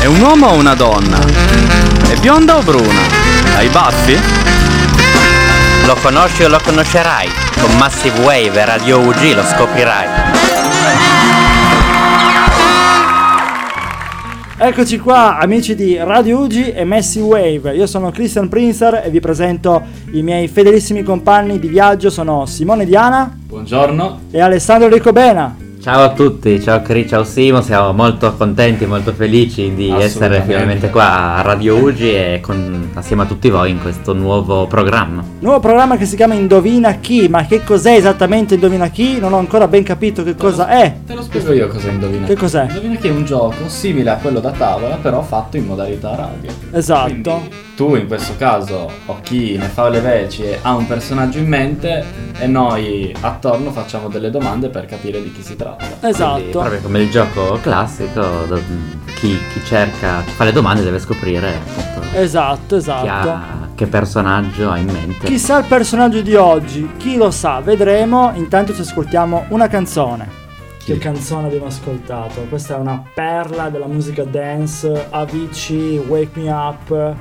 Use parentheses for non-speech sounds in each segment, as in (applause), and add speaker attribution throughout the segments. Speaker 1: È un uomo o una donna? È bionda o bruna? Ha i baffi?
Speaker 2: Lo conosci o lo conoscerai? Con Massive Wave e Radio UG lo scoprirai.
Speaker 3: Eccoci qua amici di Radio Ugi e Messi Wave, io sono Christian Prinzer e vi presento i miei fedelissimi compagni di viaggio, sono Simone Diana
Speaker 4: Buongiorno.
Speaker 3: e Alessandro Ricobena.
Speaker 2: Ciao a tutti, ciao Cri, ciao Simo, siamo molto contenti, molto felici di essere
Speaker 4: Assolutamente.
Speaker 2: finalmente qua a Radio Ugi e con- assieme a tutti voi in questo nuovo programma.
Speaker 3: Nuovo programma che si chiama Indovina chi, ma che cos'è esattamente Indovina chi? Non ho ancora ben capito che cosa è.
Speaker 4: Te lo spiego io cosa indovina.
Speaker 3: Che cos'è?
Speaker 4: Indovina che è un gioco simile a quello da tavola, però fatto in modalità radio.
Speaker 3: Esatto.
Speaker 4: Quindi, tu in questo caso, o chi ne fa le veci e ha un personaggio in mente, e noi attorno facciamo delle domande per capire di chi si tratta.
Speaker 2: Quindi,
Speaker 3: Esatto.
Speaker 2: proprio come il gioco classico, do- chi, chi cerca, chi fa le domande deve scoprire appunto
Speaker 3: Esatto,
Speaker 2: chi
Speaker 3: esatto.
Speaker 2: ha- che personaggio ha in mente.
Speaker 3: Chissà il personaggio di oggi, chi lo sa, vedremo. Intanto ci ascoltiamo una canzone. Che canzone abbiamo ascoltato? Questa è una perla della musica dance, Avicii, Wake Me Up.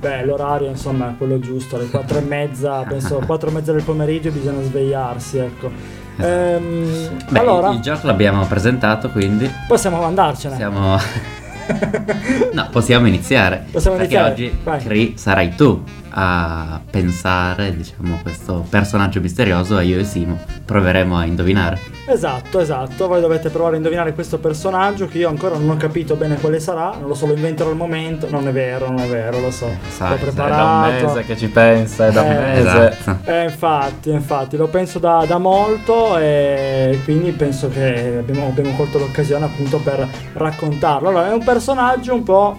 Speaker 3: Beh, l'orario insomma è quello giusto, alle 4 e mezza, penso 4 e mezza del pomeriggio bisogna svegliarsi, ecco. Ehm,
Speaker 2: Beh,
Speaker 3: allora,
Speaker 2: il gioco l'abbiamo presentato, quindi
Speaker 3: possiamo andarcene. (laughs)
Speaker 2: possiamo... (laughs) no, possiamo iniziare.
Speaker 3: Possiamo
Speaker 2: perché
Speaker 3: iniziare,
Speaker 2: oggi,
Speaker 3: vai.
Speaker 2: Cri, sarai tu a pensare, diciamo, questo personaggio misterioso e io e Simo proveremo a indovinare.
Speaker 3: Esatto, esatto, voi dovete provare a indovinare questo personaggio che io ancora non ho capito bene quale sarà, non lo so, lo inventerò al momento, non è vero, non è vero, lo so,
Speaker 2: sai, sai,
Speaker 3: l'ho
Speaker 4: È da un
Speaker 3: preparato.
Speaker 4: mese che ci pensa, è da un
Speaker 3: esatto. Eh,
Speaker 4: mese.
Speaker 2: Esatto.
Speaker 3: (laughs) Eh, infatti, infatti, lo penso da, da molto e quindi penso che abbiamo, abbiamo colto l'occasione appunto per raccontarlo. Allora, è un personaggio un po'...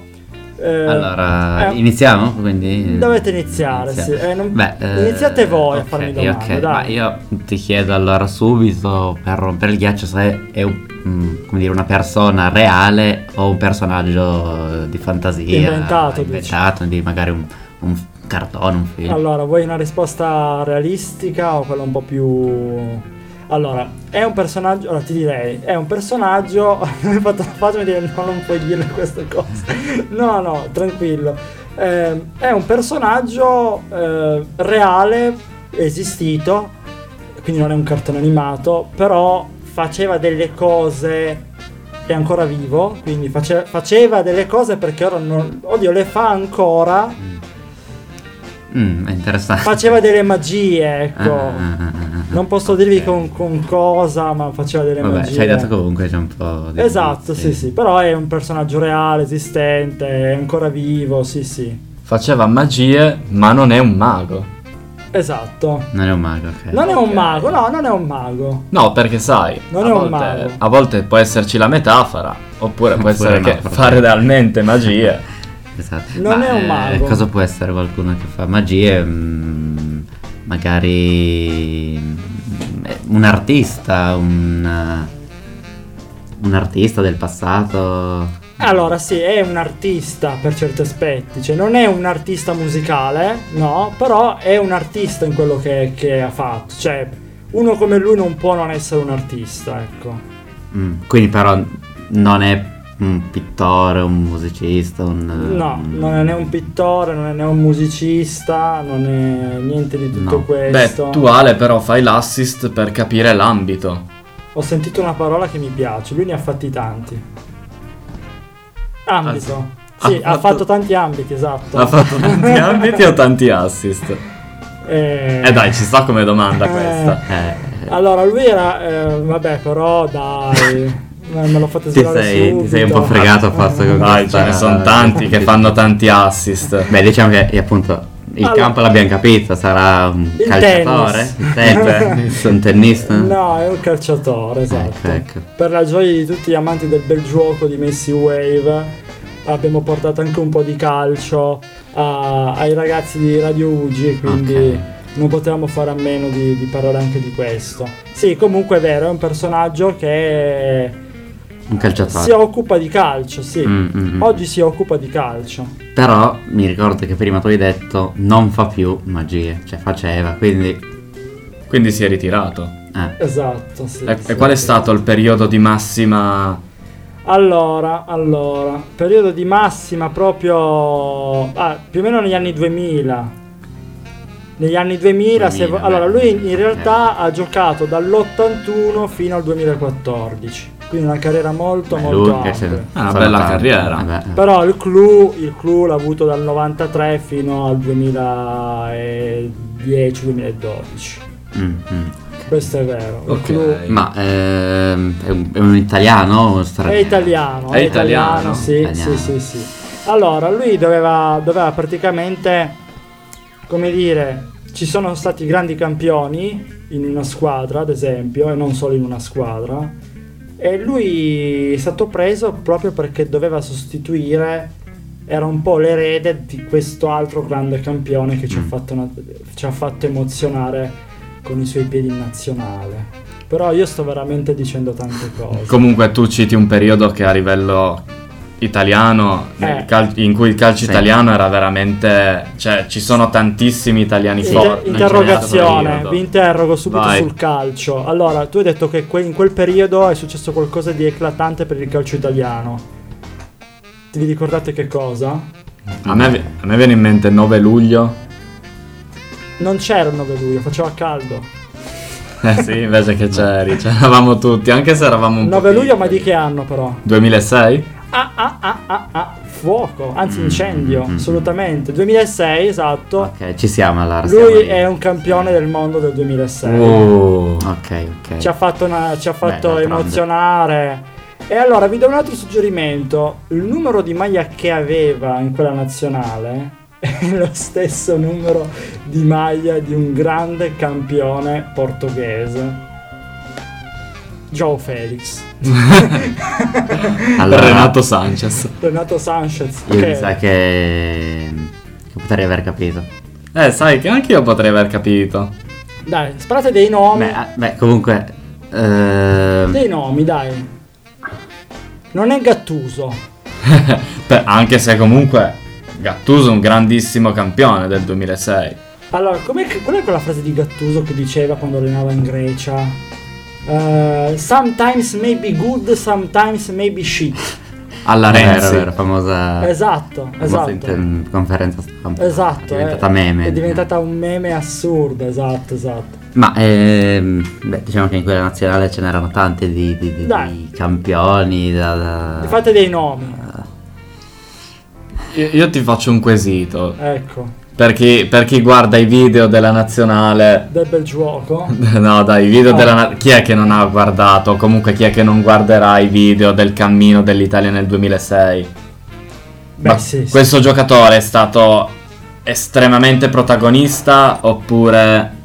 Speaker 3: eh,
Speaker 2: Allora,
Speaker 3: eh,
Speaker 2: iniziamo? Quindi,
Speaker 3: Dovete iniziare,
Speaker 2: Iniziamo.
Speaker 3: sì. Eh, non-
Speaker 2: Beh, eh,
Speaker 3: iniziate voi a
Speaker 2: ok,
Speaker 3: farmi domande,
Speaker 2: ok.
Speaker 3: dai.
Speaker 2: Ma io ti chiedo allora subito, per rompere il ghiaccio, se è un- mm, come dire, una persona reale o un personaggio eh, di fantasia.
Speaker 3: Inventato, dici.
Speaker 2: inventato, di magari un, un cartone, un film.
Speaker 3: Allora, vuoi una risposta realistica o quella un po' più... Allora, è un personaggio, allora ti direi, è un personaggio, (laughs) mi hai fatto una faccia e mi dire no, non puoi dire queste cose. No, no, tranquillo. Eh, è un personaggio eh, reale, esistito, quindi non è un cartone animato, però faceva delle cose, è ancora vivo, quindi face- faceva delle cose perché ora non... Oddio, le fa ancora,
Speaker 2: Mm, è interessante.
Speaker 3: faceva delle
Speaker 2: (laughs)
Speaker 3: magie,
Speaker 2: Ah, ah,
Speaker 3: ecco.
Speaker 2: ah, ah, ah.
Speaker 3: Non posso dirvi con, con cosa, ma faceva delle
Speaker 2: Vabbè,
Speaker 3: magie.
Speaker 2: ci hai dato comunque c'è un po' di
Speaker 3: Esatto, sì,
Speaker 2: indizi.
Speaker 3: sì, però è un personaggio reale, esistente, è ancora vivo, sì, sì.
Speaker 4: Faceva magie, ma non è un mago.
Speaker 3: Esatto.
Speaker 2: Non è un mago, ok.
Speaker 3: Non è un
Speaker 4: Ok.
Speaker 3: mago, no, non è un mago.
Speaker 4: No, perché sai,
Speaker 3: Non
Speaker 4: a,
Speaker 3: è un
Speaker 4: volte,
Speaker 3: mago.
Speaker 4: a volte può esserci la metafora, oppure può
Speaker 2: Oppure
Speaker 3: (laughs)
Speaker 4: essere
Speaker 2: no,
Speaker 4: che
Speaker 2: proprio.
Speaker 4: fare realmente magie.
Speaker 2: Esatto.
Speaker 3: Non
Speaker 2: Ma,
Speaker 3: è un
Speaker 2: eh,
Speaker 3: mago.
Speaker 2: cosa può essere qualcuno che fa magie? Mm, magari mm, eh, un artista, un, eh, un artista del passato.
Speaker 3: Allora, sì, è un artista per certi aspetti, cioè non è un artista musicale, no, però è un artista in quello che, che ha fatto, cioè uno come lui non può non essere un artista, ecco.
Speaker 2: Mm, quindi però non è un pittore, un musicista, un... eh,
Speaker 3: No,
Speaker 2: un-
Speaker 3: non è né un pittore, non è né un musicista, non è niente di tutto
Speaker 2: No.
Speaker 4: Beh,
Speaker 3: questo.
Speaker 4: tu Ale però fai l'assist per capire l'ambito.
Speaker 3: Ho sentito una parola che mi piace, lui ne ha fatti tanti. Ambito.
Speaker 4: Ah,
Speaker 3: sì,
Speaker 4: ha
Speaker 3: ha fatto
Speaker 4: fatto-
Speaker 3: tanti ambiti, esatto.
Speaker 4: Ha
Speaker 3: (laughs)
Speaker 4: fatto tanti ambiti o tanti assist?
Speaker 3: Eh,
Speaker 4: Eh dai, ci sta come domanda
Speaker 3: Eh.
Speaker 4: questa.
Speaker 2: Eh,
Speaker 3: Allora, lui era... eh, vabbè, però
Speaker 2: (laughs)
Speaker 3: dai... me me lo fate
Speaker 2: ti,
Speaker 3: svelare
Speaker 2: sei, ti
Speaker 3: subito.
Speaker 2: sei un po' fregato a forza con
Speaker 4: Dai, ce
Speaker 2: questa-
Speaker 4: ne sono tanti che fanno tanti assist.
Speaker 2: Beh, diciamo che eh, appunto il
Speaker 3: Allora-
Speaker 2: campo l'abbiamo capito, sarà un
Speaker 3: Il
Speaker 2: calciatore,
Speaker 3: tennis.
Speaker 2: il
Speaker 3: (laughs)
Speaker 2: tennis, un tennista.
Speaker 3: No, è un calciatore, esatto.
Speaker 2: Ecco, ecco.
Speaker 3: Per la gioia di tutti gli amanti del bel gioco di Messi Wave abbiamo portato anche un po' di calcio a- ai ragazzi di Radio Ugi, quindi
Speaker 2: Ok.
Speaker 3: non potevamo fare a meno di, di parlare anche di questo. Sì, comunque è vero, è un personaggio che
Speaker 2: Un calciatore.
Speaker 3: si occupa di calcio, sì.
Speaker 2: Mm, mm, mm.
Speaker 3: Oggi si occupa di calcio.
Speaker 2: Però mi ricordo che prima tu hai detto non fa più magie, cioè faceva, quindi...
Speaker 4: Quindi si è ritirato.
Speaker 2: eh,
Speaker 3: Esatto, sì.
Speaker 4: E,
Speaker 3: sì.
Speaker 4: e qual è stato il periodo di massima
Speaker 3: Allora, allora, periodo di massima proprio ah, più o meno negli anni 2000. Negli anni 2000, se vo-
Speaker 2: 2000,
Speaker 3: allora
Speaker 2: beh. eh.
Speaker 3: lui in realtà ha giocato dall'81 fino al 2014, quindi una carriera molto
Speaker 2: Beh,
Speaker 3: molto
Speaker 2: Luca, se-
Speaker 3: ampia.
Speaker 4: Ah, Una
Speaker 2: sono
Speaker 4: bella
Speaker 2: tanti.
Speaker 4: carriera.
Speaker 2: Vabbè.
Speaker 3: Però il clou, il clou l'ha avuto dal 93 fino al 2010-2012.
Speaker 2: Mm, mm.
Speaker 3: Questo è vero. Il
Speaker 4: Ok.
Speaker 3: clou
Speaker 2: Ma ehm, è, un, è un italiano o uno
Speaker 3: È
Speaker 2: straniero?
Speaker 3: italiano,
Speaker 4: È italiano,
Speaker 3: sì,
Speaker 2: italiano.
Speaker 3: sì, sì, sì. Allora, lui doveva, doveva praticamente, come dire, ci sono stati grandi campioni in una squadra, ad esempio, e non solo in una squadra, e lui è stato preso proprio perché doveva sostituire, era un po' l'erede di questo altro grande campione che ci, ha,
Speaker 2: Mm.
Speaker 3: fatto una- ci ha fatto emozionare con i suoi piedi in nazionale. Però io sto veramente dicendo tante cose.
Speaker 4: Comunque tu citi un periodo che a livello italiano, nel
Speaker 3: Eh.
Speaker 4: cal- in cui il calcio
Speaker 2: Sì.
Speaker 4: italiano era veramente... Cioè, ci sono tantissimi italiani
Speaker 3: Inter-
Speaker 4: forti. in quel
Speaker 3: interrogazione,
Speaker 4: periodo.
Speaker 3: vi interrogo subito
Speaker 4: Vai.
Speaker 3: sul calcio. Allora, tu hai detto che que- in quel periodo è successo qualcosa di eclatante per il calcio italiano. Ti vi ricordate che cosa?
Speaker 4: A me, vi- a me viene in mente 9 luglio.
Speaker 3: Non c'era il 9 luglio, faceva caldo.
Speaker 4: Eh sì, invece che c'eri, c'eravamo tutti, anche se eravamo un
Speaker 3: 9
Speaker 4: po'
Speaker 3: luglio, ma
Speaker 4: piccoli.
Speaker 3: di che anno però?
Speaker 4: 2006?
Speaker 3: Ah, ah, ah, ah, ah, fuoco, anzi incendio,
Speaker 2: mm, mm.
Speaker 3: assolutamente. 2006, esatto.
Speaker 2: Ok, ci siamo allora. Ah, siamo
Speaker 3: Lui
Speaker 2: lì.
Speaker 3: è un campione del mondo del 2006.
Speaker 4: Oh.
Speaker 2: Ok, ok.
Speaker 3: ci ha fatto, una- ci ha fatto
Speaker 2: d'altronde.
Speaker 3: emozionare. E allora vi do un altro suggerimento: il numero di maglia che aveva in quella nazionale è lo stesso numero di maglia di un grande campione portoghese. João Felix,
Speaker 2: (laughs) Allora,
Speaker 4: Renato Sanchez.
Speaker 3: Renato Sanchez.
Speaker 2: Io
Speaker 3: che-
Speaker 2: mi sa che... che potrei aver capito.
Speaker 4: Eh, sai che anche io potrei aver capito. (laughs)
Speaker 3: Dai, sparate dei nomi.
Speaker 2: Beh, ah, beh, comunque... ehm,
Speaker 3: Dei nomi, dai. Non è Gattuso.
Speaker 4: Beh, anche se comunque Gattuso è un grandissimo campione del 2006.
Speaker 3: Allora, com'è che- qual è quella frase di Gattuso che diceva quando allenava in Grecia? Eh, sometimes may be good, sometimes may be shit.
Speaker 4: Alla
Speaker 2: Vero,
Speaker 4: Renzi.
Speaker 2: vero, famosa...
Speaker 3: Esatto,
Speaker 2: famosa
Speaker 3: esatto.
Speaker 2: Boh, inter- conferenza stampa.
Speaker 3: Esatto,
Speaker 2: È diventata
Speaker 3: eh,
Speaker 2: meme. diciamo.
Speaker 3: È diventata un meme assurdo, esatto, esatto.
Speaker 2: Ma ehm, beh, diciamo che in quella nazionale ce n'erano tanti di, di- di-
Speaker 3: Dai.
Speaker 2: di campioni. Da, da-
Speaker 3: Fate dei nomi.
Speaker 4: Io, io ti faccio un quesito.
Speaker 3: Ecco,
Speaker 4: Per chi, per chi guarda i video della nazionale... (laughs)
Speaker 3: del bel gioco.
Speaker 4: No, dai, i video
Speaker 3: Ah.
Speaker 4: della... na- Chi è che non ha guardato? Comunque chi è che non guarderà i video del cammino dell'Italia nel 2006? Ma
Speaker 3: Beh, sì, sì.
Speaker 4: Questo giocatore è stato estremamente protagonista oppure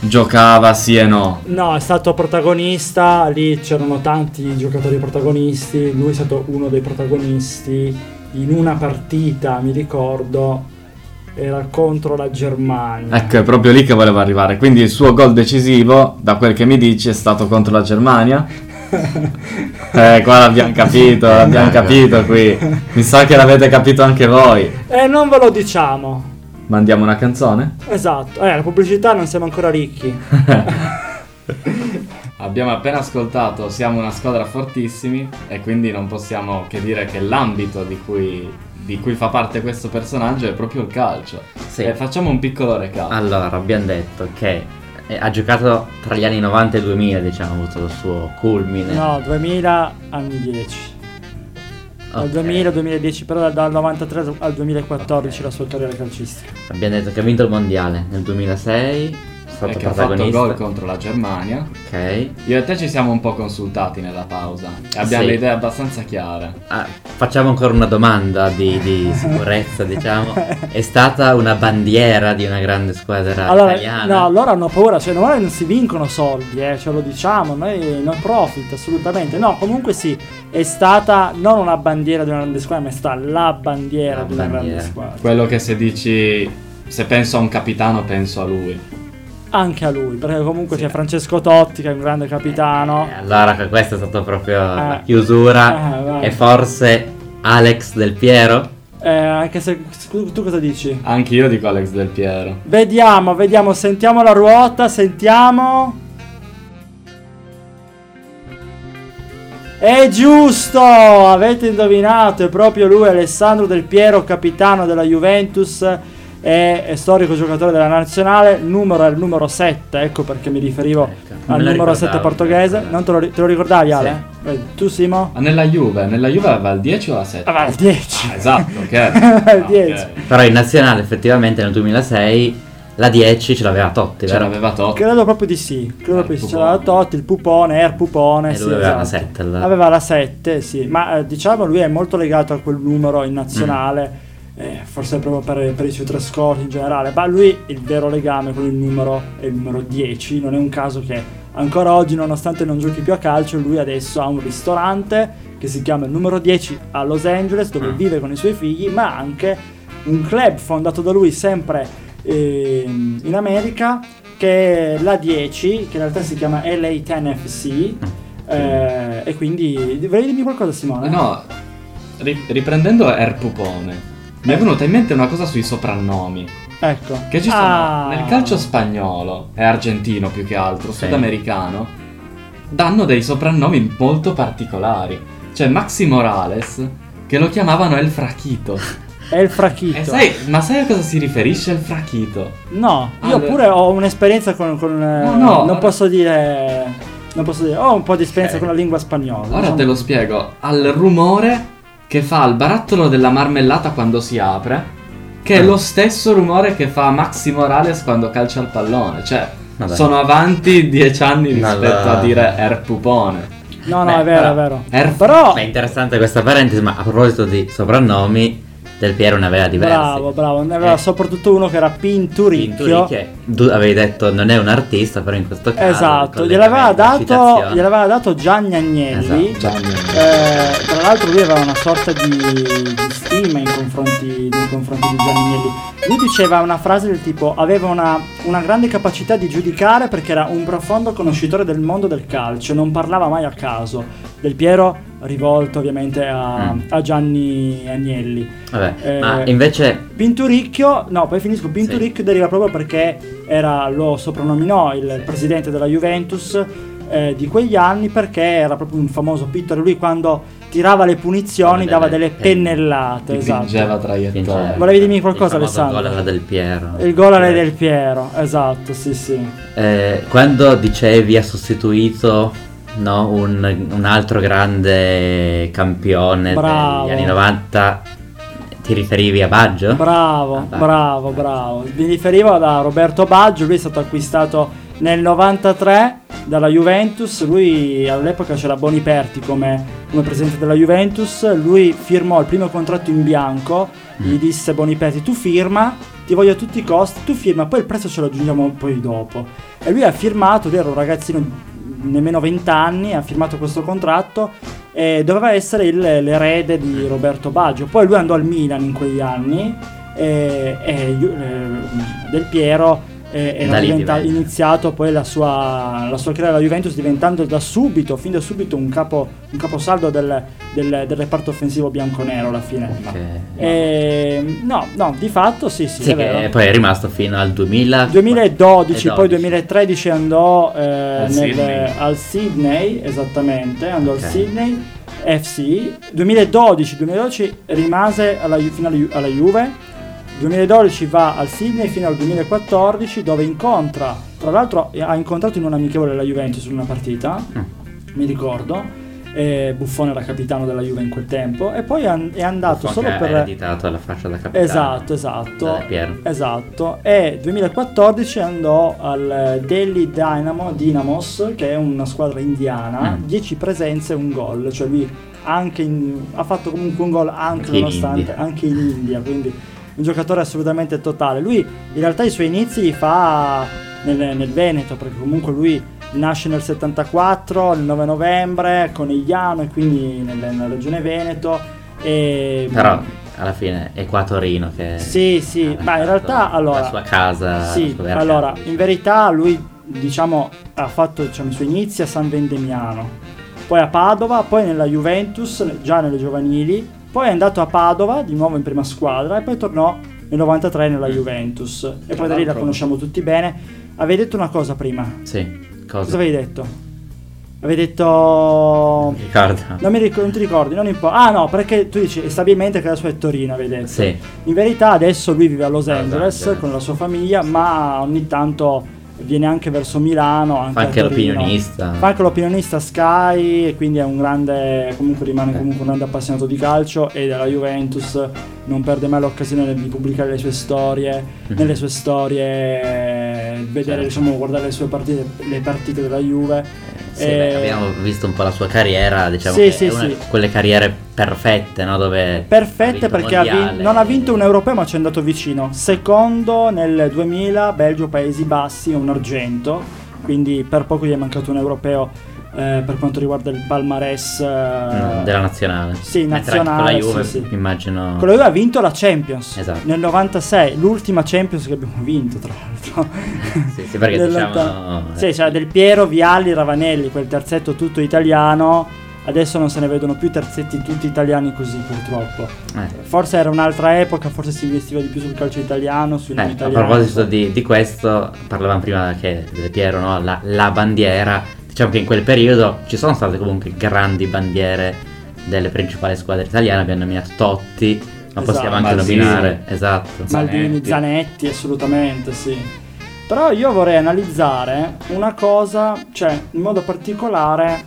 Speaker 4: giocava sì e no?
Speaker 3: No, è stato protagonista, lì c'erano tanti giocatori protagonisti, lui è stato uno dei protagonisti in una partita, mi ricordo, era contro la Germania.
Speaker 4: Ecco, (laughs) è proprio lì che volevo arrivare. Quindi il suo gol decisivo, da quel che mi dici, è stato contro
Speaker 3: (laughs)
Speaker 4: la Germania. Eh, qua l'abbiamo capito, l'abbiamo capito qui. Mi sa che l'avete capito anche voi.
Speaker 3: E Eh, non ve lo diciamo.
Speaker 4: Mandiamo una canzone?
Speaker 3: Esatto, eh, la pubblicità non siamo ancora ricchi.
Speaker 4: Abbiamo appena ascoltato Siamo una squadra fortissimi e quindi non possiamo che dire che l'ambito di cui, di cui fa parte questo personaggio è proprio il calcio.
Speaker 2: Sì.
Speaker 4: E facciamo un piccolo recap.
Speaker 2: Allora, abbiamo detto che eh, ha giocato tra gli anni 90 e 2000, diciamo, ha avuto il suo culmine.
Speaker 3: No, 2000 anni 10. Dal
Speaker 2: Ok.
Speaker 3: 2000-2010, però dal 93 al 2014 la sua carriera calcistica.
Speaker 2: Abbiamo detto che ha vinto il mondiale nel 2006, è stato
Speaker 4: E che ha fatto
Speaker 2: protagonista.
Speaker 4: gol contro la Germania.
Speaker 2: ok.
Speaker 4: Io e te ci siamo un po' consultati nella pausa e abbiamo
Speaker 2: Sì.
Speaker 4: le idee abbastanza chiare.
Speaker 2: Ah, facciamo ancora una domanda di, di sicurezza, diciamo. È stata una bandiera di una grande squadra
Speaker 3: Allora,
Speaker 2: italiana.
Speaker 3: no, loro hanno paura, cioè noi non si vincono soldi, eh, ce lo diciamo, noi no profit assolutamente. No, comunque sì, è stata non una bandiera di una grande squadra, ma è stata la bandiera
Speaker 2: La
Speaker 3: di una grande
Speaker 2: bandiera.
Speaker 3: squadra.
Speaker 4: Quello che se dici, se penso a un capitano, penso a lui.
Speaker 3: Anche a lui, perché comunque
Speaker 4: Sì.
Speaker 3: c'è Francesco Totti che è un grande capitano.
Speaker 2: Eh, allora che questa è stata proprio la
Speaker 3: Eh.
Speaker 2: chiusura.
Speaker 3: Eh, vai.
Speaker 2: e forse Alex Del Piero?
Speaker 3: Eh, anche se tu tu cosa dici?
Speaker 4: Anche io dico Alex Del Piero.
Speaker 3: Vediamo, vediamo, sentiamo la ruota, sentiamo. È giusto! Avete indovinato, è proprio lui, Alessandro Del Piero, capitano della Juventus e e storico giocatore della nazionale, numero è il numero 7, ecco perché mi riferivo
Speaker 2: Ecco, non
Speaker 3: al
Speaker 2: me lo
Speaker 3: numero
Speaker 2: ricordavo,
Speaker 3: 7
Speaker 2: me
Speaker 3: portoghese.
Speaker 2: lo ricordavo.
Speaker 3: Non te lo, ri- te lo ricordavi,
Speaker 2: Sì.
Speaker 3: Ale? Vedi, Tu Simo?
Speaker 4: Ma nella Juve, nella Juve aveva il 10 o la 7?
Speaker 3: Ah, vai, il 10.
Speaker 4: Ah, esatto, ok. Ah, ok.
Speaker 3: 10.
Speaker 2: Però in nazionale effettivamente nel 2006 la 10 ce l'aveva Totti,
Speaker 4: Ce
Speaker 2: vero?
Speaker 4: l'aveva Totti.
Speaker 3: Credo proprio di sì.
Speaker 2: Eh,
Speaker 3: Credo
Speaker 4: Ah,
Speaker 3: proprio di sì.
Speaker 4: il
Speaker 3: C'era la
Speaker 4: pupone.
Speaker 3: Totti, il pupone, Air Pupone.
Speaker 2: E
Speaker 3: sì,
Speaker 2: Eh, lui aveva la
Speaker 3: esatto.
Speaker 2: 7. allora.
Speaker 3: Aveva la 7, sì, ma eh, diciamo lui è molto legato a quel numero in nazionale, eh, forse proprio per, per i suoi trascorsi in generale, ma lui il vero legame con il numero è il numero 10, non è un caso che ancora oggi nonostante non giochi più a calcio lui adesso ha un ristorante che si chiama il numero 10 a Los Angeles dove
Speaker 2: Mm.
Speaker 3: vive con i suoi figli, ma anche un club fondato da lui sempre ehm, in America che è la 10, che in realtà si chiama LA 10 FC. Eh, e quindi volevi dirmi qualcosa Simone?
Speaker 4: Eh? No, ri- riprendendo Air Pupone, mi è venuta in mente una cosa sui soprannomi.
Speaker 3: Ecco.
Speaker 4: Che ci sono
Speaker 3: Ah.
Speaker 4: nel calcio spagnolo e argentino più che altro,
Speaker 2: Sì.
Speaker 4: sudamericano, danno dei soprannomi molto particolari. C'è Maxi Morales che lo chiamavano El Fraquito.
Speaker 3: È il frachito.
Speaker 4: E Eh, sai, ma sai a cosa si riferisce il Fraquito?
Speaker 3: No, io
Speaker 4: Allora-
Speaker 3: pure ho un'esperienza con... con, eh,
Speaker 4: No, no. Eh.
Speaker 3: Non posso dire... Non posso dire... Ho un po' di esperienza
Speaker 2: Ok.
Speaker 3: con la lingua spagnola.
Speaker 4: Ora
Speaker 3: diciamo.
Speaker 4: te lo spiego, al rumore che fa il barattolo della marmellata quando si apre, che è lo stesso rumore che fa Maxi Morales quando calcia il pallone, cioè
Speaker 2: Ma dai.
Speaker 4: sono avanti dieci anni
Speaker 2: Ma
Speaker 4: rispetto
Speaker 2: dai.
Speaker 4: a dire Air Pupone.
Speaker 3: No, no,
Speaker 2: Beh,
Speaker 3: è vero,
Speaker 2: però-
Speaker 3: è vero.
Speaker 4: Air
Speaker 3: Però...
Speaker 2: Ma è interessante questa parentesi, ma a proposito di soprannomi, Del Piero ne aveva diversi.
Speaker 3: Bravo, bravo. Ne aveva
Speaker 2: Eh.
Speaker 3: soprattutto uno che era Pinturicchio.
Speaker 2: Pinturicchio, Tu avevi detto non è un artista, però in questo
Speaker 4: Ah,
Speaker 2: caso...
Speaker 3: Esatto,
Speaker 2: il
Speaker 3: gliel'aveva
Speaker 2: collegamento,
Speaker 3: dato,
Speaker 2: citazione.
Speaker 3: gliel'aveva dato Gianni Agnelli.
Speaker 4: Cioè,
Speaker 2: Esatto.
Speaker 3: Eh, tra l'altro lui aveva una sorta di, di stima in confronti, nei confronti di Gianni Agnelli. Lui diceva una frase del tipo aveva una, una grande capacità di giudicare perché era un profondo conoscitore del mondo del calcio, non parlava mai a caso. Del Piero rivolto ovviamente a,
Speaker 2: Mm.
Speaker 3: a Gianni Agnelli.
Speaker 2: Vabbè,
Speaker 3: Eh,
Speaker 2: ma invece...
Speaker 3: Pinturicchio, no, poi finisco. Pinturicchio deriva proprio perché era, lo soprannominò il
Speaker 2: Sì.
Speaker 3: presidente della Juventus eh, di quegli anni perché era proprio un famoso pittore. Lui quando tirava le punizioni
Speaker 2: Delle
Speaker 3: dava delle
Speaker 2: penne.
Speaker 3: pennellate.
Speaker 4: Dipingeva
Speaker 3: Esatto.
Speaker 4: traiettoria.
Speaker 3: Volevi dirmi qualcosa,
Speaker 2: diciamo, il famoso
Speaker 3: Alessandro?
Speaker 2: gol alla Del Piero.
Speaker 3: Il gol era del Piero, esatto, sì, sì.
Speaker 2: Eh, quando dicevi ha sostituito no, un, un altro grande campione
Speaker 3: Bravo.
Speaker 2: degli anni 90, ti riferivi a Baggio?
Speaker 3: Bravo,
Speaker 2: Ah, dai.
Speaker 3: bravo, bravo. Mi riferivo da Roberto Baggio, lui è stato acquistato nel 93 dalla Juventus, lui all'epoca c'era Boniperti come, come presidente della Juventus, lui firmò il primo contratto in bianco,
Speaker 2: Mm.
Speaker 3: gli disse Boniperti tu firma, ti voglio a tutti i costi, tu firma, poi il prezzo ce lo aggiungiamo poi dopo. E lui ha firmato, lui era un ragazzino di nemmeno 20 anni, ha firmato questo contratto e doveva essere il- l'erede di Roberto Baggio. Poi lui andò al Milan in quegli anni e, e Ju- eh, Del Piero eh,
Speaker 2: Da
Speaker 3: era
Speaker 2: lì
Speaker 3: diventa-
Speaker 2: diventa.
Speaker 3: iniziato poi la sua, la sua carriera alla Juventus diventando da subito, fin da subito un, capo, un caposaldo del, del- del reparto offensivo bianconero alla fine.
Speaker 2: Che-
Speaker 3: E, no, no, di fatto sì, sì,
Speaker 2: Sì,
Speaker 3: è
Speaker 2: che
Speaker 3: Eh, vero.
Speaker 2: poi è rimasto fino al 2000.
Speaker 3: 2012, poi
Speaker 2: 12.
Speaker 3: 2013 andò eh, nel-
Speaker 4: Sydney.
Speaker 3: al Sydney, esattamente, andò
Speaker 2: Ok.
Speaker 3: al Sydney FC. 2012-2012 rimase alla, Ju- fino alla, Ju- alla Juve. 2012 va al Sydney fino al 2014 dove incontra, tra l'altro eh, ha incontrato in un amichevole la Juventus in una partita, mi ricordo. eh, Buffone era capitano della Juve in quel tempo e poi è an- è andato
Speaker 2: Fu
Speaker 3: solo
Speaker 2: anche
Speaker 3: per...
Speaker 2: ereditato la fascia da capitano.
Speaker 3: Esatto, esatto.
Speaker 2: Da Piero.
Speaker 3: Esatto, e 2014 andò al eh, Delhi Dynamo Dynamos, che è una squadra indiana,
Speaker 2: Mm.
Speaker 3: 10 presenze e un gol, cioè lui anche in- ha fatto comunque un gol anche,
Speaker 2: Anche in
Speaker 3: nonostante
Speaker 2: India.
Speaker 3: anche in India, quindi un giocatore assolutamente totale. Lui in realtà i suoi inizi li fa nel, nel Veneto, perché comunque lui nasce nel 74, il 9 novembre, Conegliano e quindi nel- nella regione Veneto. E,
Speaker 2: Però alla fine è qua a Torino che...
Speaker 3: Sì, sì,
Speaker 2: ha
Speaker 3: ma in realtà,
Speaker 2: fatto
Speaker 3: allora-
Speaker 2: Eh, La sua casa... la
Speaker 3: Sì,
Speaker 2: sua verga.
Speaker 3: allora, in verità lui, diciamo, ha fatto diciamo, i suoi inizi a San Vendemiano, poi a Padova, poi nella Juventus, già nelle giovanili, poi è andato a Padova, di nuovo in prima squadra, e poi tornò nel 93
Speaker 2: Mm.
Speaker 3: nella Juventus. E poi da lì la
Speaker 4: l'altro-
Speaker 3: conosciamo tutti bene. Avevi detto una cosa prima.
Speaker 2: Sì,
Speaker 3: Cosa
Speaker 2: cosa?
Speaker 3: avevi detto? Avevi detto...
Speaker 2: Ricorda?
Speaker 3: Non mi ricordo, non ti ricordi, non importa. Ah no, perché tu dici stabilmente che adesso è Torino, avevi detto.
Speaker 2: Sì.
Speaker 3: In verità adesso lui vive a Los
Speaker 2: A Ah, Los
Speaker 3: Angeles
Speaker 2: Angeles.
Speaker 3: con la sua famiglia, ma ogni tanto viene anche verso Milano. Anche
Speaker 2: Fa
Speaker 3: a
Speaker 2: anche
Speaker 3: Torino.
Speaker 2: l'opinionista.
Speaker 3: Fa anche l'opinionista Sky e quindi è un grande, comunque rimane
Speaker 2: Eh.
Speaker 3: comunque un grande appassionato di calcio e della Juventus non perde mai l'occasione di pubblicare le sue storie,
Speaker 2: Mhm.
Speaker 3: nelle sue storie, vedere,
Speaker 2: Certo.
Speaker 3: diciamo, guardare le sue partite, le partite della Juve.
Speaker 2: Sì,
Speaker 3: Eh,
Speaker 2: beh, abbiamo visto un po' la sua carriera, diciamo
Speaker 3: Sì,
Speaker 2: che
Speaker 3: sì,
Speaker 2: è una
Speaker 3: sì.
Speaker 2: di quelle carriere perfette, no? Dove
Speaker 3: Perfette
Speaker 2: ha vinto
Speaker 3: perché ha vin-
Speaker 2: mondiale.
Speaker 3: non ha vinto un europeo ma ci è andato vicino. Secondo nel 2000 Belgio Paesi Bassi un argento, quindi per poco gli è mancato un europeo eh, per quanto riguarda il palmarès eh,
Speaker 2: Mm, della nazionale.
Speaker 3: Sì,
Speaker 2: Mentre anche Con
Speaker 3: nazionale,
Speaker 2: la Juve,
Speaker 3: sì, sì.
Speaker 2: immagino.
Speaker 3: Quello lui ha vinto la Champions
Speaker 2: Esatto.
Speaker 3: nel 96, l'ultima Champions che abbiamo vinto tra l'altro.
Speaker 2: (laughs) Sì, sì, perché
Speaker 3: Dell'otta-
Speaker 2: diciamo
Speaker 3: Sì, c'era Del Piero, Vialli, Ravanelli, quel terzetto tutto italiano. Adesso non se ne vedono più terzetti tutti italiani così purtroppo.
Speaker 2: eh,
Speaker 3: Forse era un'altra epoca, forse si investiva di più sul calcio italiano, sui nomi
Speaker 2: eh, a
Speaker 3: italiani.
Speaker 2: proposito di, di questo, parlavamo prima che del Piero, no? La, la bandiera. Diciamo che in quel periodo ci sono state comunque grandi bandiere delle principali squadre italiane. Abbiamo nominato Totti, ma
Speaker 3: Esatto.
Speaker 2: possiamo anche
Speaker 5: Mazzini.
Speaker 2: nominare. Esatto.
Speaker 3: Maldini,
Speaker 5: Zanetti.
Speaker 3: Zanetti, assolutamente, sì. Però io vorrei analizzare una cosa, cioè in modo particolare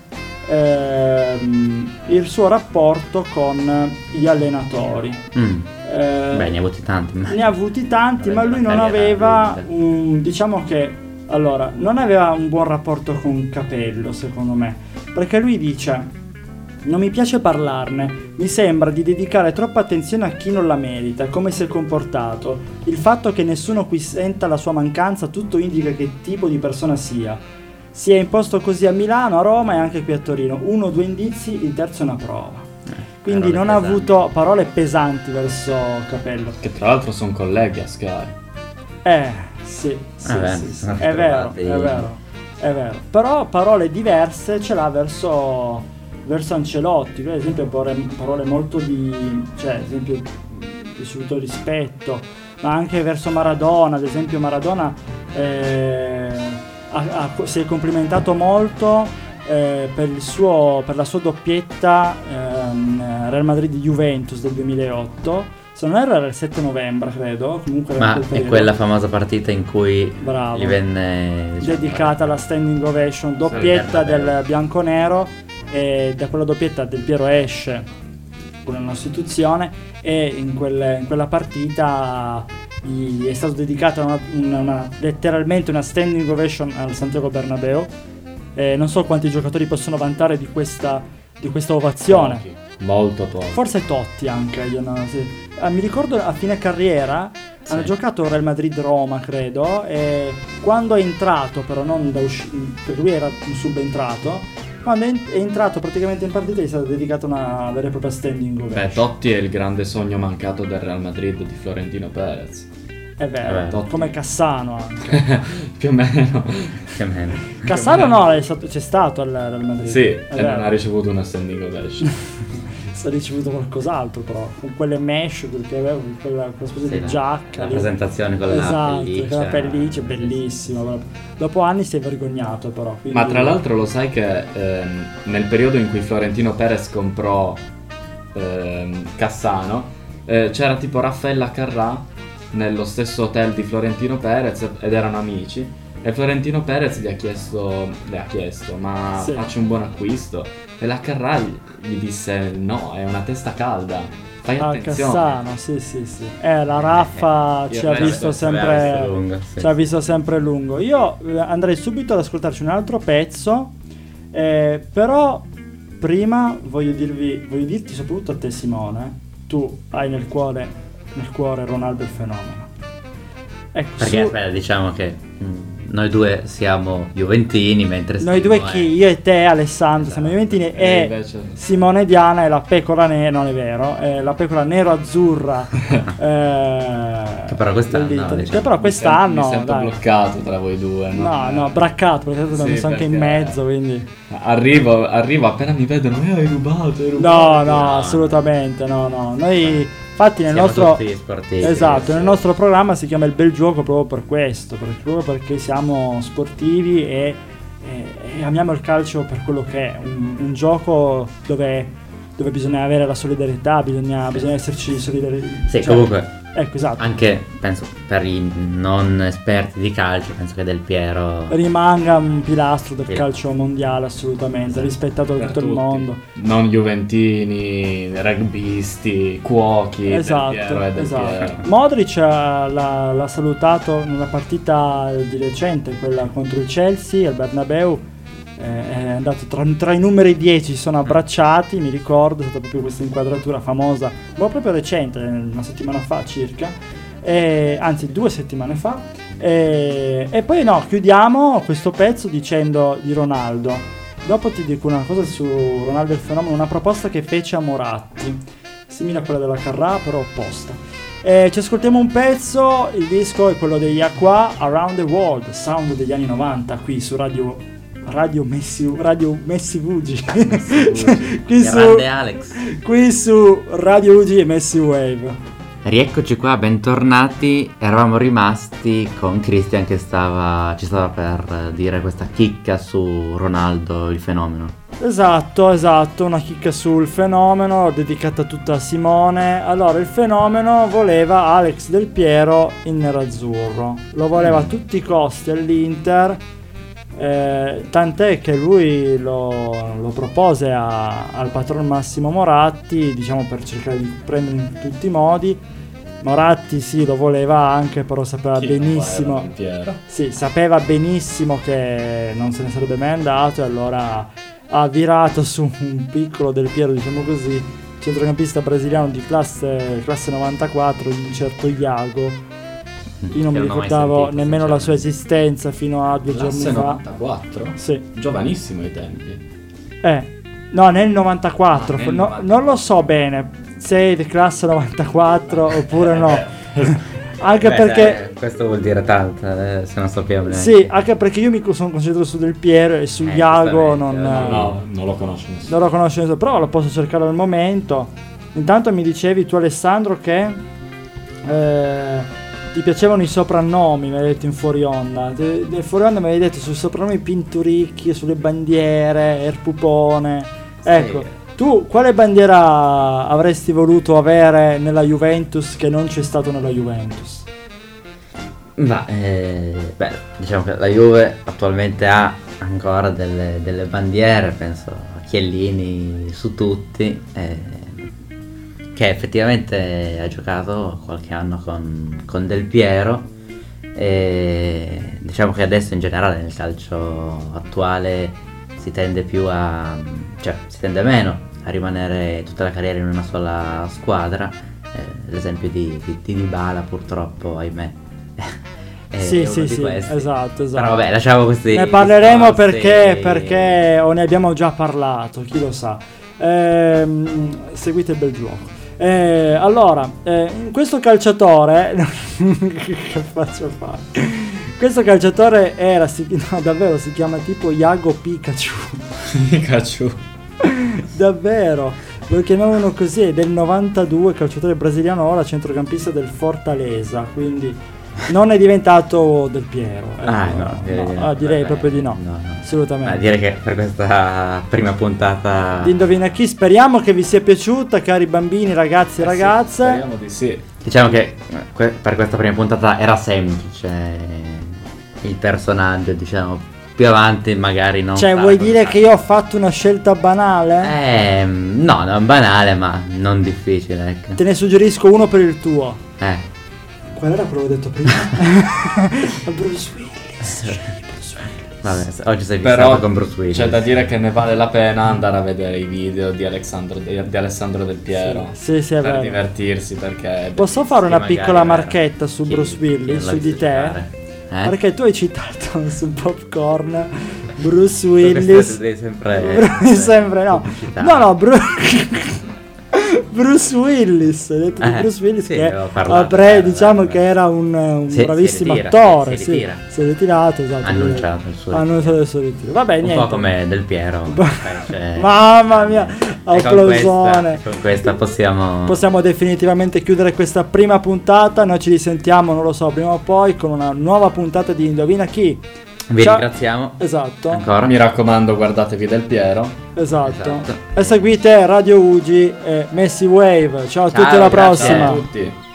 Speaker 3: ehm, il suo rapporto con gli allenatori.
Speaker 2: Mm.
Speaker 3: Eh,
Speaker 2: Beh, ne ha avuti tanti. ma-
Speaker 3: ne ha avuti tanti, ma
Speaker 2: Vabbè,
Speaker 3: lui non
Speaker 2: magari era
Speaker 3: aveva
Speaker 2: lunga.
Speaker 3: un, diciamo che allora, non aveva un buon rapporto con Capello, secondo me, perché lui dice non mi piace parlarne, mi sembra di dedicare troppa attenzione a chi non la merita, come si è comportato. Il fatto che nessuno qui senta la sua mancanza, tutto indica che tipo di persona sia. Si è imposto così a Milano, a Roma e anche qui a Torino. Uno o due indizi, il terzo è una prova. Quindi
Speaker 2: parole
Speaker 3: non ha
Speaker 2: pesanti.
Speaker 3: avuto parole pesanti verso Capello.
Speaker 4: Che tra l'altro sono colleghi a Sky.
Speaker 3: Eh, sì, sì,
Speaker 2: Vabbè,
Speaker 3: sì, sì.
Speaker 2: Eh, sono
Speaker 3: è vero,
Speaker 2: trovati.
Speaker 3: è vero, è vero. Però parole diverse ce l'ha verso, verso Ancelotti, per esempio parole, parole molto di, cioè, ad esempio, di subito rispetto, ma anche verso Maradona, ad esempio Maradona eh, ha- ha- si è complimentato molto eh, per, il suo- per la sua doppietta ehm, Real Madrid-Juventus del 2008. Se non erro era il 7 novembre, credo. Comunque era in
Speaker 2: Ma
Speaker 3: quel
Speaker 2: è
Speaker 3: periodo.
Speaker 2: quella famosa partita in cui
Speaker 3: Bravo.
Speaker 2: gli venne diciamo,
Speaker 3: dedicata alla standing ovation, doppietta
Speaker 2: Bernabeu.
Speaker 3: del bianconero e da quella doppietta del Piero esce con una istituzione e in, quel- in quella partita gli è stata dedicata una- una- una- letteralmente una standing ovation al Santiago Bernabeo non so quanti giocatori possono vantare di questa, di questa ovazione
Speaker 4: Pochi, Molto pochi.
Speaker 3: Forse Totti anche, io no, sì. Ah, mi ricordo a fine carriera
Speaker 2: Sì.
Speaker 3: hanno giocato Real Madrid-Roma, credo, e quando è entrato, però non da uscita, perché lui era un subentrato, quando è, en- è entrato praticamente in partita gli è stata dedicata una vera e propria standing
Speaker 4: Beh,
Speaker 3: ovation.
Speaker 4: Totti è il grande sogno mancato del Real Madrid di Florentino Perez. (laughs)
Speaker 3: È vero,
Speaker 2: Vabbè,
Speaker 4: Totti.
Speaker 3: come Cassano anche.
Speaker 4: Più o meno.
Speaker 2: più o meno.
Speaker 3: Cassano no, è stato- c'è stato al Real Madrid.
Speaker 4: Sì,
Speaker 3: è
Speaker 4: e non ha
Speaker 3: vero.
Speaker 4: ricevuto una standing ovation.
Speaker 3: Ha ricevuto qualcos'altro però, con quelle mesh, perché aveva quella, quella specie
Speaker 2: Sì,
Speaker 3: di
Speaker 2: la-
Speaker 3: giacca.
Speaker 2: La
Speaker 3: lì.
Speaker 2: presentazione con la
Speaker 3: esatto,
Speaker 2: pelliccia.
Speaker 3: con la pelliccia, bellissima. proprio. Dopo anni si è vergognato, però. quindi-
Speaker 4: Ma tra l'altro lo sai che ehm, nel periodo in cui Florentino Perez comprò ehm, Cassano, eh, c'era tipo Raffaella Carrà nello stesso hotel di Florentino Perez ed erano amici. E Florentino Perez gli ha chiesto, le ha chiesto, ma
Speaker 3: Sì.
Speaker 4: facci un buon acquisto. E la Carrà gli gli disse, no, è una testa calda, fai
Speaker 3: Ah,
Speaker 4: attenzione.
Speaker 3: Cassano, sì, sì, sì. Eh, la Raffa
Speaker 2: Eh,
Speaker 3: ci
Speaker 2: io
Speaker 3: ha
Speaker 2: credo
Speaker 3: visto
Speaker 2: che sarebbe
Speaker 3: sempre...
Speaker 2: stato lungo, sì.
Speaker 3: Ci ha visto sempre lungo. Io eh, andrei subito ad ascoltarci un altro pezzo, eh, però prima voglio, dirvi, voglio dirti soprattutto a te Simone, tu hai nel cuore, nel cuore Ronaldo il fenomeno. Ecco,
Speaker 2: Perché
Speaker 3: su-
Speaker 2: beh, diciamo che mm, noi due siamo Juventini, mentre
Speaker 3: Noi
Speaker 2: Simo
Speaker 3: due
Speaker 2: è-
Speaker 3: chi? Io e te, Alessandro, siamo
Speaker 2: Esatto.
Speaker 3: Juventini
Speaker 4: E
Speaker 3: e
Speaker 4: invece-
Speaker 3: Simone Diana è la pecora nera, non è vero, è la pecora nero-azzurra.
Speaker 4: (laughs)
Speaker 3: eh,
Speaker 2: Che però quest'anno,
Speaker 3: dell'Inter.
Speaker 2: diciamo,
Speaker 3: Che però
Speaker 4: Mi sento-
Speaker 3: quest'anno...
Speaker 4: Mi sento
Speaker 3: dai.
Speaker 4: bloccato tra voi due.
Speaker 3: No, no, braccato, perché tanto l'ho
Speaker 4: Sì,
Speaker 3: messo anche in
Speaker 4: perché-
Speaker 3: mezzo, quindi...
Speaker 4: Arrivo, arrivo appena mi vedono, eh, hai rubato, hai
Speaker 3: No, no,
Speaker 4: rubato.
Speaker 3: assolutamente, no, no. Noi, infatti, nel
Speaker 2: Siamo
Speaker 3: nostro...
Speaker 2: tutti sportivi.
Speaker 3: Esatto,
Speaker 2: sì.
Speaker 3: nel nostro programma si chiama Il Bel Gioco proprio per questo, per- proprio perché siamo sportivi e e, e amiamo il calcio per quello che è, un, un gioco dove, dove bisogna avere la solidarietà, bisogna, bisogna esserci solidari.
Speaker 2: Sì,
Speaker 3: cioè-
Speaker 2: comunque
Speaker 3: Ecco, esatto.
Speaker 2: anche penso per i non esperti di calcio, penso che Del Piero (laughs)
Speaker 3: Rimanga un pilastro del
Speaker 2: Sì.
Speaker 3: calcio mondiale assolutamente,
Speaker 2: Esatto.
Speaker 3: rispettato da
Speaker 4: Per
Speaker 3: tutto il
Speaker 4: tutti.
Speaker 3: mondo.
Speaker 4: Non juventini, rugbisti, cuochi, Del Piero
Speaker 3: Esatto,
Speaker 4: e Del Piero.
Speaker 3: esatto. Modric eh, l'ha, l'ha salutato nella partita di recente, quella contro il Chelsea al Bernabeu. eh, è andato tra, tra i numeri 10 si
Speaker 4: Mm.
Speaker 3: sono abbracciati, mi ricordo, è stata proprio questa inquadratura famosa, ma proprio recente, una settimana fa circa, e- anzi due settimane fa. E, e poi no, chiudiamo questo pezzo dicendo di Ronaldo. Dopo ti dico una cosa su Ronaldo il fenomeno, una proposta che fece a Moratti, simile a quella della Carrà, però opposta. Eh, ci ascoltiamo un pezzo, il disco è quello degli Aqua, Around the World, sound degli anni 90, qui su Radio, Radio Messi, Radio Messi Vugi. (laughs) qui, su,
Speaker 2: Grande Alex.
Speaker 3: qui su Radio UG e Messi Wave.
Speaker 2: Rieccoci qua, bentornati. Eravamo rimasti con Christian che stava, ci stava per eh, dire questa chicca su Ronaldo, il fenomeno.
Speaker 3: Esatto, esatto, una chicca sul fenomeno dedicata tutta a Simone. Allora, il fenomeno voleva Alex Del Piero in nerazzurro. Lo voleva a tutti i costi all'Inter. eh, tant'è che lui lo, lo propose a- al patron Massimo Moratti, diciamo per cercare di prenderlo in tutti i modi. Moratti sì, lo voleva anche, però sapeva
Speaker 4: Chi non
Speaker 3: benissimo.
Speaker 4: guarda Del eh, Piero?
Speaker 3: Sì, sapeva benissimo che non se ne sarebbe mai andato e allora ha virato su un piccolo del Piero, diciamo così, centrocampista brasiliano di classe, classe 94, di un certo Iago.
Speaker 2: Mm.
Speaker 3: Io non mi
Speaker 2: Che ho mai
Speaker 3: ricordavo
Speaker 2: sentito,
Speaker 3: nemmeno la sua
Speaker 2: sinceramente.
Speaker 3: esistenza fino a due
Speaker 4: Classe
Speaker 3: giorni fa.
Speaker 4: 94?
Speaker 3: Sì.
Speaker 4: Giovanissimo ai tempi.
Speaker 3: Eh, no, nel 94,
Speaker 4: Ah, nel
Speaker 3: no-
Speaker 4: 94.
Speaker 3: non lo so bene se è di classe 94
Speaker 2: (laughs)
Speaker 3: oppure no. Anche
Speaker 2: Eh, Beh,
Speaker 3: perché...
Speaker 2: sai, questo vuol dire tanto, eh, se non sappiamo neanche.
Speaker 3: Sì, anche perché io mi co- sono concentrato su Del Piero e su
Speaker 2: Eh,
Speaker 3: Iago non,
Speaker 2: giustamente,
Speaker 4: No,
Speaker 2: No.
Speaker 4: no, non lo conosce nessuno.
Speaker 3: non lo conosco nessuno, però lo posso cercare al momento. Intanto mi dicevi tu Alessandro che eh, ti piacevano i soprannomi, mi hai detto in fuori onda. Te- Nel fuori onda mi hai detto sui soprannomi Pinturicchi, sulle bandiere, il pupone.
Speaker 2: Sì.
Speaker 3: Ecco, tu quale bandiera avresti voluto avere nella Juventus che non c'è stato nella Juventus?
Speaker 2: Ma eh, beh, diciamo che la Juve attualmente ha ancora delle, delle bandiere, penso a Chiellini su tutti, eh, che effettivamente ha giocato qualche anno con, con Del Piero. E diciamo che adesso in generale nel calcio attuale si tende più a. cioè si tende meno a rimanere tutta la carriera in una sola squadra. Eh, l'esempio di, di, di Dybala purtroppo,
Speaker 3: (laughs)
Speaker 2: ahimè. è
Speaker 3: Sì,
Speaker 2: Eh, uno
Speaker 3: sì,
Speaker 2: di
Speaker 3: sì,
Speaker 2: questi.
Speaker 3: esatto, esatto.
Speaker 2: Però vabbè, lasciamo questi.
Speaker 3: Ne parleremo
Speaker 2: discorsi.
Speaker 3: perché, perché o ne abbiamo già parlato, chi lo sa. Ehm, seguite il bel gioco. Eh, allora, eh, questo calciatore... (laughs) che faccio fare? Questo calciatore era, si, (laughs) no, davvero, si chiama tipo Iago Pikachu.
Speaker 4: (laughs) Pikachu.
Speaker 3: Davvero, lo chiamavano così, è del 92, calciatore brasiliano, ora centrocampista del Fortaleza, quindi non è diventato del Piero. ecco.
Speaker 2: Ah, no, direi, di no.
Speaker 3: ah, direi
Speaker 2: Vabbè,
Speaker 3: proprio di no.
Speaker 2: no, no.
Speaker 3: Assolutamente.
Speaker 2: Ma dire che per questa prima puntata.
Speaker 3: Di Indovina chi, speriamo che vi sia piaciuta, cari bambini,
Speaker 2: Eh
Speaker 3: ragazzi e ragazze.
Speaker 4: Speriamo di sì.
Speaker 2: Diciamo che eh, que- per questa prima puntata era semplice eh, il personaggio, diciamo, più avanti magari non...
Speaker 3: cioè,
Speaker 2: sarà
Speaker 3: vuoi
Speaker 2: così
Speaker 3: dire
Speaker 2: facile.
Speaker 3: che io ho fatto una scelta banale?
Speaker 2: Eh, no, non banale, ma non difficile, ecco.
Speaker 3: Te ne suggerisco uno per il tuo.
Speaker 2: Eh,
Speaker 3: Qual era quello che ho detto (laughs) prima? Bruce Willis. scegli Bruce Willis.
Speaker 2: vabbè, se- oggi sei fissato
Speaker 4: Però
Speaker 2: con Bruce Willis.
Speaker 4: c'è da dire che ne vale la pena andare a vedere i video di Alessandro, di di Alessandro Del Piero.
Speaker 3: Sì, sì, è
Speaker 4: per
Speaker 3: vero.
Speaker 4: divertirsi perché...
Speaker 3: Posso fare
Speaker 2: Sì,
Speaker 3: una
Speaker 2: magari,
Speaker 3: piccola
Speaker 2: eh,
Speaker 3: marchetta su
Speaker 2: chi-
Speaker 3: Bruce
Speaker 2: chi
Speaker 3: Willis,
Speaker 2: l'ha
Speaker 3: su
Speaker 2: visto
Speaker 3: di
Speaker 2: giocare?
Speaker 3: te?
Speaker 2: Eh?
Speaker 3: Perché tu hai citato (laughs) su Popcorn Bruce
Speaker 2: Willis
Speaker 3: Willis. (laughs)
Speaker 2: devi sempre...
Speaker 3: Mi sembra
Speaker 2: (laughs)
Speaker 3: no.
Speaker 2: eh, pubblicità.
Speaker 3: No, no, Bruce. (laughs) Bruce Willis, hai detto di
Speaker 2: Eh,
Speaker 3: Bruce Willis
Speaker 2: sì,
Speaker 3: che
Speaker 2: avevo parlato,
Speaker 3: apre-
Speaker 2: eh,
Speaker 3: diciamo
Speaker 2: vabbè.
Speaker 3: che era un, un
Speaker 2: Si- si
Speaker 3: bravissimo
Speaker 2: ritira,
Speaker 3: attore,
Speaker 2: si
Speaker 3: sì,
Speaker 2: ritira.
Speaker 3: si è ritirato, esatto.
Speaker 2: Annunciato il suo
Speaker 3: Ha annunciato il suo ritiro. Vabbè,
Speaker 2: Un
Speaker 3: niente.
Speaker 2: po' come Del Piero.
Speaker 3: (laughs)
Speaker 2: cioè-
Speaker 3: Mamma mia,
Speaker 2: E
Speaker 3: applausone.
Speaker 2: Con questa, con questa possiamo...
Speaker 3: Possiamo definitivamente chiudere questa prima puntata. Noi ci risentiamo, non lo so, prima o poi con una nuova puntata di Indovina chi.
Speaker 2: Vi
Speaker 3: Ciao.
Speaker 2: ringraziamo.
Speaker 3: Esatto,
Speaker 2: Ancora.
Speaker 4: Mi raccomando, guardatevi del Piero.
Speaker 3: esatto.
Speaker 2: Esatto.
Speaker 3: E seguite Radio Ugi e Messi Wave. Ciao
Speaker 2: Ciao,
Speaker 3: a tutti, alla
Speaker 2: grazie.
Speaker 3: prossima.
Speaker 4: Ciao a tutti.